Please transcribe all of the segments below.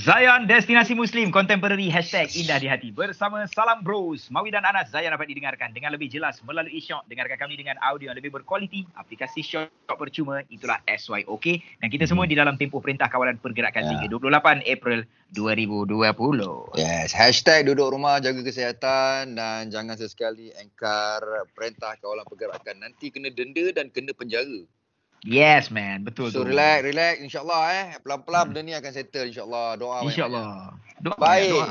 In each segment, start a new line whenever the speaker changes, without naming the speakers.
Zayan Destinasi Muslim Contemporary Hashtag Indah di Hati Bersama Salam Bros Mawi dan Anas Zayan dapat didengarkan dengan lebih jelas Melalui Shock Dengarkan kami dengan audio yang lebih berkualiti Aplikasi Shock percuma Itulah SYOK Dan kita semua di dalam tempoh Perintah Kawalan Pergerakan
Ya.
Sehingga 28 April 2020
Yes, hashtag duduk rumah jaga kesihatan dan jangan sesekali engkar perintah kawalan pergerakan. Nanti kena denda dan kena penjara.
Yes man Betul
so
tu.
relax, relax insyaAllah eh. Pelan-pelan
Hmm.
benda ni akan settle insyaAllah. Doa banyak.
InsyaAllah Doa,
Baik.
doa.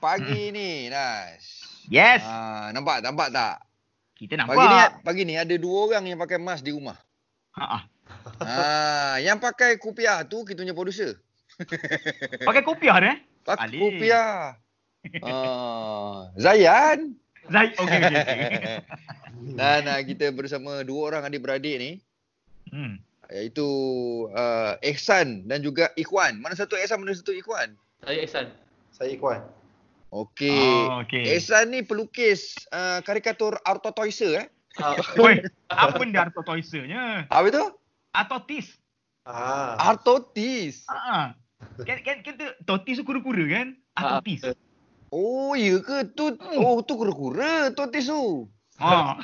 Pagi ni Nas.
Yes
Ha, nampak nampak tak?
Kita nampak
Pagi ni ya. pagi ni ada dua orang yang pakai mask di rumah.
Ha-ha.
ha, yang pakai kopiah tu kita punya producer.
Pakai kopiah tu eh
Pakai
Alif.
kopiah. Ah, Zayan.
Zaid Okay okay, okay.
Dan uh, kita bersama dua orang adik-beradik ni
hmm.
iaitu uh, Ehsan dan juga Ikhwan. Mana satu Ehsan, mana satu Ikhwan?
Saya Ihsan.
Saya Ikhwan.
Okey.
Oh, okay.
Okay. Ehsan ni pelukis uh, karikatur Arto Toyser eh.
Ah,
Woi, apa benda Arto Toysernya?
Apa tu?
Atau Tis?
Ah.
Arto Tis.
Ha. Kan kan kan tu Totis tu kura-kura kan? Atau
Ah,
Tis?
Oh, ya ke tu? Oh, tu kura-kura Arto Tis tu.
Ha.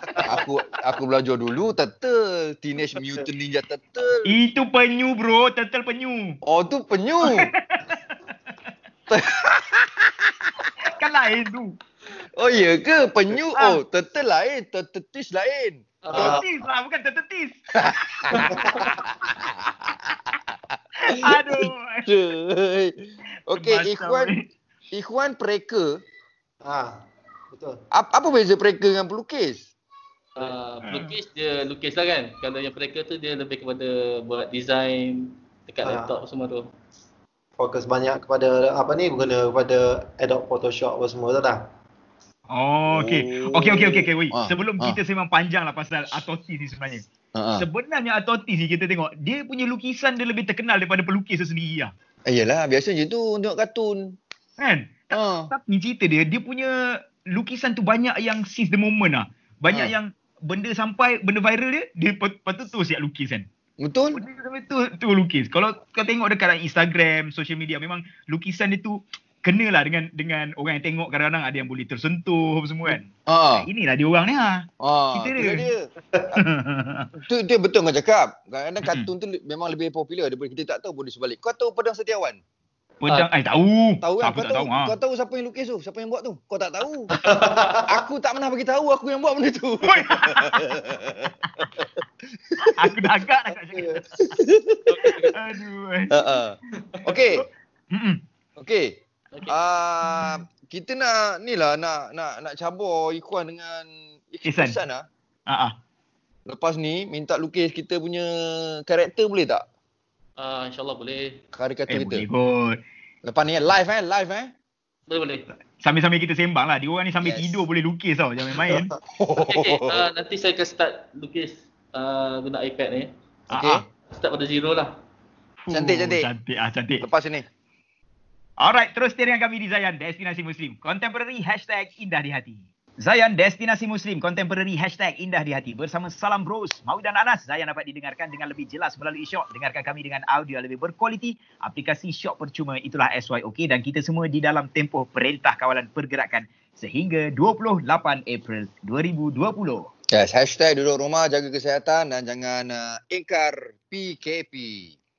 Aku aku belajar dulu turtle, Teenage Mutant Ninja Turtle.
Itu penyu bro, turtle penyu.
Oh, tu penyu.
Kan lain tu.
Oh, ya ke? Penyu. Oh, turtle lain, turtle tis lain.
ah,
Totis lah, bukan turtle Tis. Aduh.
Cuy. Okey,
Macam
Ikhwan
ni.
Ikhwan pereka.
Ah. Betul.
Apa, apa beza pereka dengan pelukis?
ah,
Hmm.
pelukis dia lukis lah kan. Kalau yang mereka tu dia lebih kepada buat design dekat
Ah.
laptop semua tu.
Fokus banyak kepada apa ni guna kepada Adobe Photoshop apa semua tu lah. dah.
Oh, okey. Okey okey okey okey. wait.
Ah,
Sebelum
ah.
kita memang panjang lah pasal Atotis ni sebenarnya.
Ah.
Ha.
Sebenarnya Atotis ni kita tengok, dia punya lukisan dia lebih terkenal daripada pelukis tu sendiri lah.
Ayalah, biasa je tu tengok kartun.
Kan?
Ha.
Tapi cerita dia, dia punya lukisan tu banyak yang seize the moment lah. Banyak
Ha.
yang benda sampai, benda viral dia, dia pe- lepas tu tu siap lukis kan.
Betul?
Benda sampai tu, tu lukis. Kalau kau tengok dekat dalam Instagram, social media, memang lukisan dia tu kenalah dengan dengan orang yang tengok kadang-kadang ada yang boleh tersentuh apa semua kan.
Ha.
Inilah dia orang ni ha.
Ha.
Cerita
Itu
dia.
dia. Tu dia betul kau cakap. Kadang-kadang
Mm-mm.
kartun tu memang lebih popular daripada kita tak tahu boleh sebalik. Kau tahu Pedang Setiawan?
Pedang, eh tahu.
Tahu kan?
Siapa
Kau
tak tahu.
tahu,
ha.
kau tahu siapa yang lukis tu? Siapa yang buat tu? Kau tak tahu. aku tak pernah bagi tahu aku yang buat benda tu.
Woi. Aku dah agak dah kat cakap. Aduh. eh.
Ha. ha. Okey.
Mm-mm.
Okey.
Okey.
Ah, kita nak ni lah nak nak nak cabur Ikhwan dengan
Ihsan.
Ihsan lah.
Ha ah.
Lepas ni minta lukis kita punya karakter boleh tak?
Ah, InsyaAllah boleh.
Karikatur
Eh
kita.
boleh kot.
Lepas ni live eh, live eh.
Boleh boleh.
Sambil-sambil kita sembang lah. Dia orang ni sambil
Yes.
tidur boleh lukis tau. Jangan main.
Okey, okay.
eh,
ah, nanti saya akan start lukis ah, guna iPad ni.
Okey.
Ah, ah.
Start pada zero lah.
Fuh,
Cantik, cantik.
Cantik ah, cantik.
Lepas ni.
Alright, terus dengan kami di Zayan Destinasi Muslim. Contemporary hashtag Indah di Hati. Zayan Destinasi Muslim Contemporary hashtag Indah di Hati bersama Salam Bros, Mawi dan Anas. Zayan dapat didengarkan dengan lebih jelas melalui Shock. Dengarkan kami dengan audio yang lebih berkualiti. Aplikasi Shock percuma itulah SYOK dan kita semua di dalam tempoh Perintah Kawalan Pergerakan sehingga 28 April 2020.
Yes, hashtag duduk rumah jaga kesihatan dan jangan uh, ingkar PKP.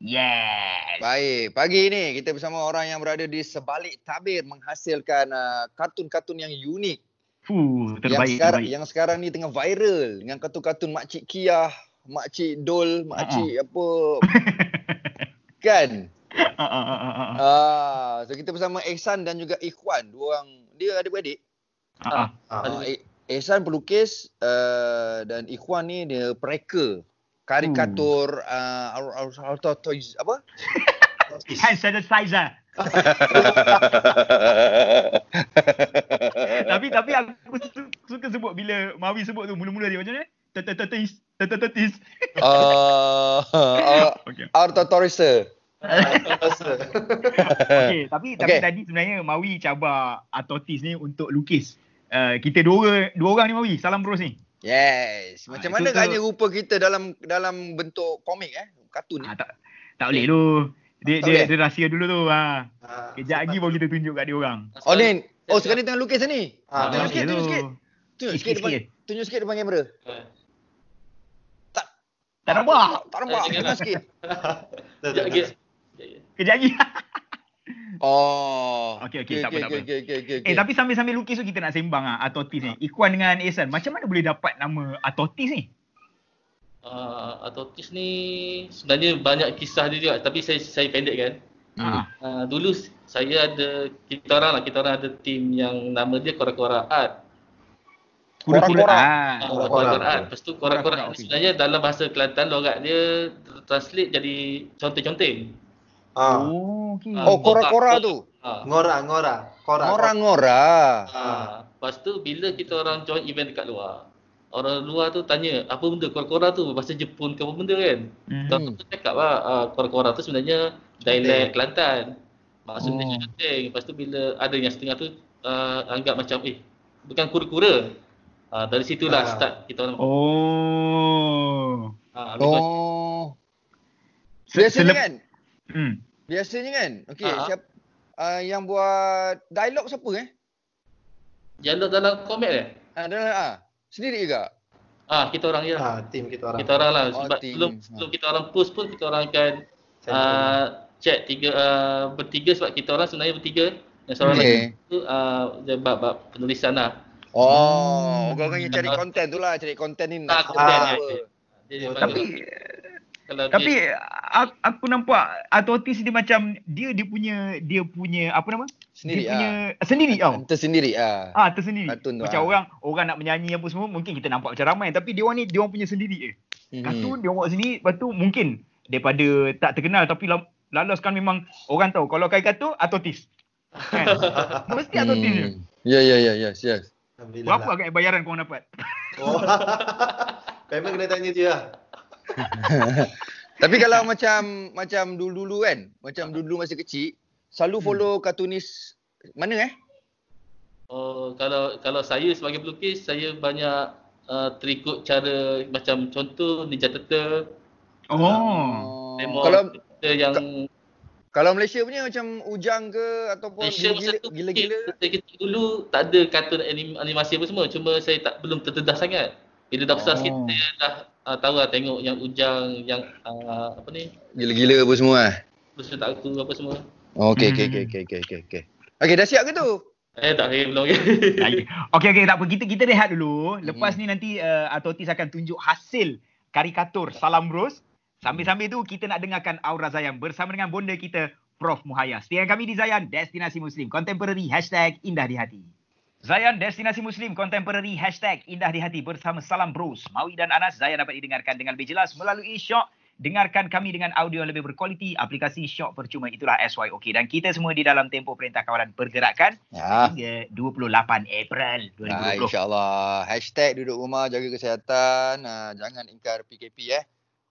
Yes.
Baik, pagi ini kita bersama orang yang berada di sebalik tabir menghasilkan uh, kartun-kartun yang unik.
Fuh, terbaik,
yang sekarang
terbaik.
yang sekarang ni tengah viral dengan kartun-kartun makcik Kiah, makcik Dol, makcik apa kan?
Ah, ah, ah, ah, ah.
Ah, so kita bersama Ehsan dan juga Ikhwan, dua orang dia ada beradik.
Ah, ah.
Ah,
Ah.
Eh- Ehsan pelukis uh, dan Ikhwan ni dia pereka karikatur
Hmm.
uh, auto toys apa?
Hand sanitizer. tapi tapi aku su- suka sebut bila Mawi sebut tu mula-mula dia macam mana? Tetetetis, tetetetis.
Ah, uh,
Okey.
auto torisa.
Rasa.
Okey, tapi tapi
Okey.
tadi sebenarnya Mawi cabar Atotis ni untuk lukis. Uh, kita dua dua orang ni Mawi, salam bros ni.
Yes.
Ah,
Macam
itu
mana
tu-
agaknya rupa kita dalam dalam bentuk komik eh? Kartun ni.
Ah, tak tak boleh tu. Dia, dia,
Okay.
dia rahsia dulu tu. Ha.
Ah,
Kejap lagi baru kita tunjuk kat dia orang.
Oh ni. Oh sekarang ni tengah lukis lah ni.
Ah,
Tunjuk
Ah,
sikit,
dia
tunjuk
tu.
sikit. Tunjuk sikit
Sikit,
depan,
sikit.
tunjuk sikit depan kamera.
eh.
Tak nampak.
Tak nampak.
Eh, jangan
Tengah
lah.
sikit.
dah,
Sekejap
dah,
lagi.
dah.
Kejap lagi.
Oh.
Okey, okey, tak apa, tak apa.
Okey, okey, okey.
Eh tapi sambil-sambil lukis tu kita nak sembang ah Atotis ni. Ikuan dengan Ehsan. Macam mana boleh dapat nama Atotis ni?
Uh, Atotis ni sebenarnya banyak kisah dia juga tapi saya saya pendek kan.
Hmm.
Hmm.
Uh, dulu s- saya ada kita orang lah kita orang ada tim yang nama dia Kora-Kora Art.
Kura-kura.
Kura-kura.
Ah.
Ah,
Kora-Kora.
Kora-Kora Art. Lepas tu
Kora-Kora
Kora-Kora Art
Art.
sebenarnya dalam bahasa Kelantan logat dia translate jadi conteng-conteng.
Ah,
Oh, okey.
Oh, kora-kora tu.
Ha.
ngora, ngora, kora.
Ngora-ngora.
Ah,
Ha. Lepas tu bila kita orang join event dekat luar Orang luar tu tanya apa benda kora-kora tu bahasa Jepun ke apa benda kan
Hmm.
Tuan tu cakap lah uh, kora-kora tu sebenarnya dialek Kelantan Maksudnya
Oh.
oh. penting. Lepas tu bila ada yang setengah tu uh, anggap macam eh bukan kura-kura uh, Dari situlah
Ah.
start kita orang
Oh.
uh, oh.
Oh.
Se-
Biasanya
selep-
kan?
Hmm.
Biasanya kan? Okey,
Ah.
siap ah, yang buat dialog siapa eh?
Dialog dalam komet eh?
Ah, dalam ah. Sendiri juga.
Ah kita orang ya.
Ah, tim kita orang.
Kita orang lah
Oh,
sebab
team.
sebelum,
Ah.
sebelum kita orang post pun kita orang akan
Central.
uh, chat tiga uh, bertiga sebab kita orang sebenarnya bertiga dan seorang
Okey.
lagi tu uh, dia bab, bab penulisan lah.
Hmm.
Oh, orang yang cari konten tu lah, cari konten ni
Ah,
nak
konten
buat
ni.
apa.
Dia, dia panggil-
Tapi
kalau
tapi
dia,
aku, aku nampak Atotis dia macam dia dia punya dia punya apa nama?
Sendiri
dia
ah.
punya sendiri tau.
Tersendiri ah.
Ah tersendiri.
Kartun tu,
macam
ah.
orang orang nak menyanyi apa semua mungkin kita nampak macam ramai tapi dia orang ni dia orang punya sendiri je.
Mhm.
Kartun dia orang buat sendiri lepas tu mungkin daripada tak terkenal tapi lam- lalaskan memang orang tahu kalau kain kartun Atotis. Kan? Mesti Atotis je.
Hmm. Ya, ya, ya, yes, yes.
Alhamdulillah
Berapa agak bayaran kau dapat?
lah. Oh. Memang kena tanya dia lah.
Tapi kalau macam macam dulu-dulu kan, macam dulu-dulu masa kecil, selalu
Hmm.
follow kartunis mana eh?
oh, kalau kalau saya sebagai pelukis saya banyak uh, terikut cara macam contoh Ninja Turtle,
Oh.
Demon
Kalau
Turtle yang
kalau Malaysia punya macam Ujang ke ataupun
Malaysia masa
gila-gila
tu
gila-gila.
Kita kecil dulu tak ada kartun anim, animasi apa semua cuma saya tak belum terdedah sangat. Bila dah besar
Oh.
oh. sikit saya dah uh, tahu lah tengok yang Ujang, yang uh, apa ni?
Gila-gila apa semua eh. Oh,
Terus tak aku apa semua.
Okey okey
Hmm.
okey okey okey okey okey. Okey dah siap ke tu?
Eh tak saya
Ah.
belum.
Lagi. Okey okey tak apa kita kita rehat dulu. Lepas ni nanti uh, Atotis akan tunjuk hasil karikatur Salam Bros. Sambil-sambil tu kita nak dengarkan Aura Zayan bersama dengan bonda kita Prof Muhaya. Setia dengan kami di Zayan Destinasi Muslim Contemporary hashtag Indah di Hati. Zayan Destinasi Muslim Contemporary hashtag Indah di Hati bersama Salam Bros. Mawi dan Anas Zayan dapat didengarkan dengan lebih jelas melalui Shock Dengarkan kami dengan audio yang lebih berkualiti. Aplikasi Shock percuma itulah SYOK. Dan kita semua di dalam tempoh Perintah Kawalan Pergerakan
Ya.
hingga 28 April
Ah,
2020.
InsyaAllah. Hashtag duduk rumah, jaga kesihatan. Ah, jangan ingkar PKP eh.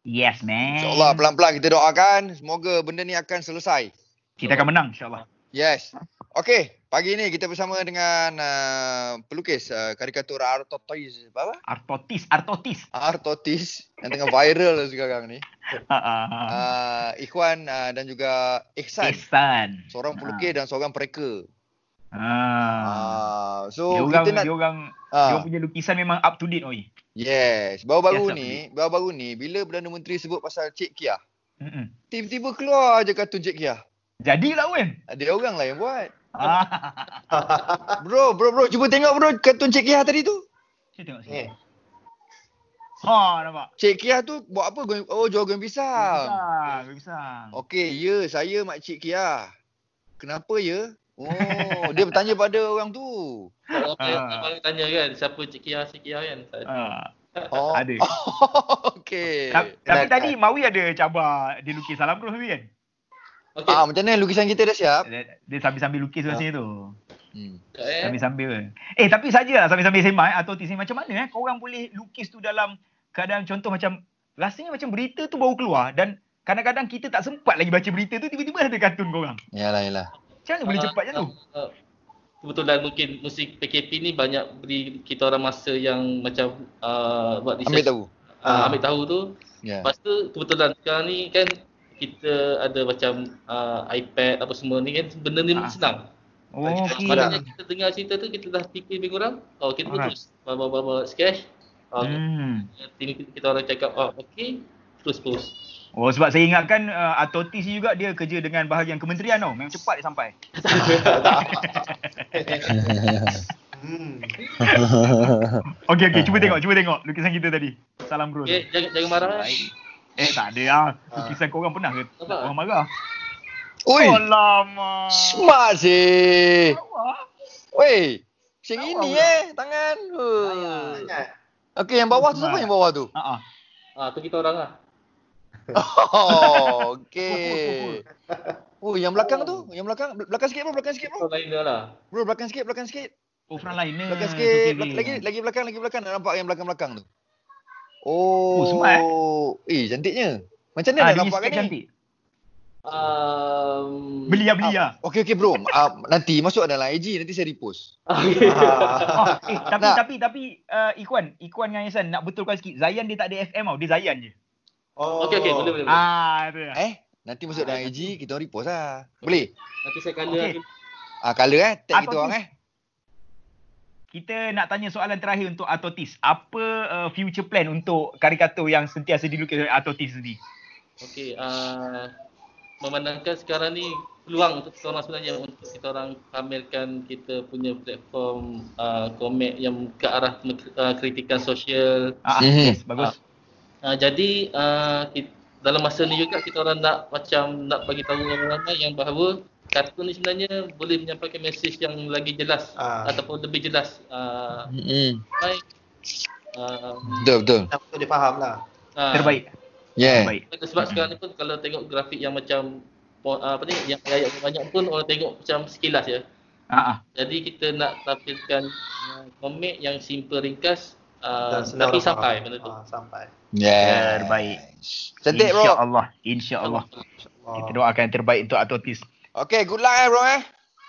yes, man.
InsyaAllah pelan-pelan kita doakan. Semoga benda ni akan selesai.
Kita akan menang, insyaAllah.
Yes. Okey, pagi ni kita bersama dengan uh, pelukis uh, karikatur Artotis. Apa?
Artotis, Artotis.
Artotis yang tengah viral lah sekarang ni.
Ha, ha, ha.
Uh, Ikhwan uh, dan juga Ihsan.
Ihsan.
Seorang pelukis dan seorang pereka.
Ah.
Ah,
Dia
so
orang,
kita nak
dia orang, dia
ah,
orang punya lukisan memang up to date, oi.
yes, baru-baru
Yes,
ni, baru-baru ni bila Perdana Menteri sebut pasal Cik Kia,
Mm-mm.
tiba-tiba keluar je kartun Cik Kia.
Jadilah, Wen.
Ada orang lah yang buat.
Ah.
Bro, bro, bro, cuba tengok bro kartun Cik Kia tadi tu.
Kita tengok sini.
Eh,
Ha, nampak.
Cik Kia tu buat apa? Goreng- Oh, jual goreng pisang.
Pisang, pisang.
Okey, ya, saya mak Cik Kia. Kenapa ya? Oh, dia bertanya pada orang tu.
Orang
Ah.
yang abang tanya kan siapa Cik Kia, Cik Kia kan. Tak ada.
Ah.
Oh.
Ada.
Okey.
Ta- Tapi
eh,
Nak-
tadi Mawi ada cabar dia lukis salam terus tadi kan?
Okey.
Ah, macam mana lukisan kita dah siap?
Dia, dia sambil-sambil lukis kat
Ah.
sini tu.
Hmm.
Sekejap, eh.
Sambil-sambil kan. Eh tapi sajalah sambil-sambil sembang eh, atau tis ni macam mana eh korang boleh lukis tu dalam keadaan contoh macam rasanya macam berita tu baru keluar dan kadang-kadang kita tak sempat lagi baca berita tu tiba-tiba ada kartun korang.
Yalah, yalah.
Macam mana boleh
Ah,
cepat macam tu?
ah, ah. Kebetulan mungkin musim PKP ni banyak beri kita orang masa yang macam uh, buat
Ambil
research.
tahu. Ah.
Ah, ambil tahu tu.
Ya.
Lepas tu kebetulan sekarang ni kan kita ada macam uh, iPad apa semua ni kan benda ni
Ah.
senang.
Oh,
Okay.
okey.
Maknanya kita dengar cerita tu kita dah fikir lebih kurang. Oh kita pun
Alright.
terus bawa-bawa sketch. Oh,
Hmm.
Tim kita- kita orang cakap oh okey terus terus.
Oh sebab saya ingatkan uh, Atotis ni juga dia kerja dengan bahagian kementerian tau. Memang cepat dia sampai.
Hmm.
Okey okey cuba tengok cuba tengok lukisan kita tadi. Salam bro.
Okey jangan jangan marah. eh.
Eh tak ada ah. Lukisan korang pernah ke
Nampak?
orang marah?
Oi,
Oh lama.
smart sih. Weh, macam
Lawa
ini
pula.
eh tangan. Huh.
Ingat.
Okey, yang bawah tu siapa yang bawah tu?
Ha ah.
Ah tu kita orang lah.
Oh, okey. Oh, yang belakang tu, yang belakang, belakang sikit bro, belakang sikit
Kita
bro.
orang lain dia lah.
Bro, belakang sikit, belakang sikit.
Oh frontliner.
Belakang
tu
sikit,
TV.
lagi lagi, lagi belakang, lagi belakang nak nampak yang belakang-belakang tu.
Oh,
Oh,
smart,
eh. cantiknya. Macam mana
Ah,
nak
dia
nampak
nampak
kan ni?
cantik.
Um,
Beli ah beli ah.
Okey okey bro, uh, nanti masuk dalam IG nanti saya repost.
Ah, Okey.
Oh, eh, tapi,
Nak.
tapi tapi uh, Ikuan, Ikuan dengan Ihsan nak betulkan sikit. Zayan dia tak ada FM tau, dia Zayan je.
Oh.
Okey okey boleh boleh. boleh.
Ah, tu. lah.
Eh, nanti masuk dalam
Ah,
IG kita orang repost lah. Boleh?
Nanti saya kala
Okey.
okay.
Ah color eh, tag kita
Atau
orang eh.
Kita nak tanya soalan terakhir untuk Atotis. Apa uh, future plan untuk karikatur yang sentiasa dilukis oleh Atotis sendiri?
Okey, uh, memandangkan sekarang ni peluang untuk kita orang sebenarnya untuk kita orang pamerkan kita punya platform uh, komek yang ke arah uh, kritikan sosial.
Ah,
Mhm.
yes, bagus.
Uh, jadi uh, kita, dalam masa ni juga kita orang nak macam nak bagi tahu orang ramai yang bahawa kartun ni sebenarnya boleh menyampaikan mesej yang lagi jelas
Ah.
ataupun lebih jelas uh,
Hmm.
baik uh,
Betul betul.
Betul dia faham lah.
Ah.
uh,
Terbaik.
Yeah.
Terbaik.
Sebab sekarang ni pun kalau tengok grafik yang macam po- ah, apa ni yang ayat yang banyak pun orang tengok macam sekilas ya.
Ah, ah.
Jadi kita nak tampilkan uh, komik yang simple ringkas uh,
Dan senang
tapi
orang faham.
sampai benda tu.
Ah, sampai.
Ya, terbaik.
Cantik bro.
InsyaAllah. InsyaAllah.
InsyaAllah.
Kita doakan yang terbaik untuk Atotis.
Okay, good luck eh bro eh.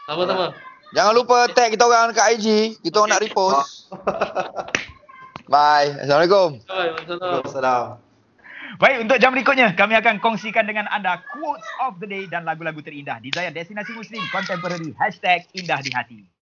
Sama-sama.
Jangan lupa tag kita orang dekat IG. Kita orang nak repost. Bye. Assalamualaikum.
Bye. Waalaikumsalam.
Waalaikumsalam.
Baik, untuk jam berikutnya, kami akan kongsikan dengan anda quotes of the day dan lagu-lagu terindah di Zayan Destinasi Muslim Contemporary. Hashtag Indah di Hati.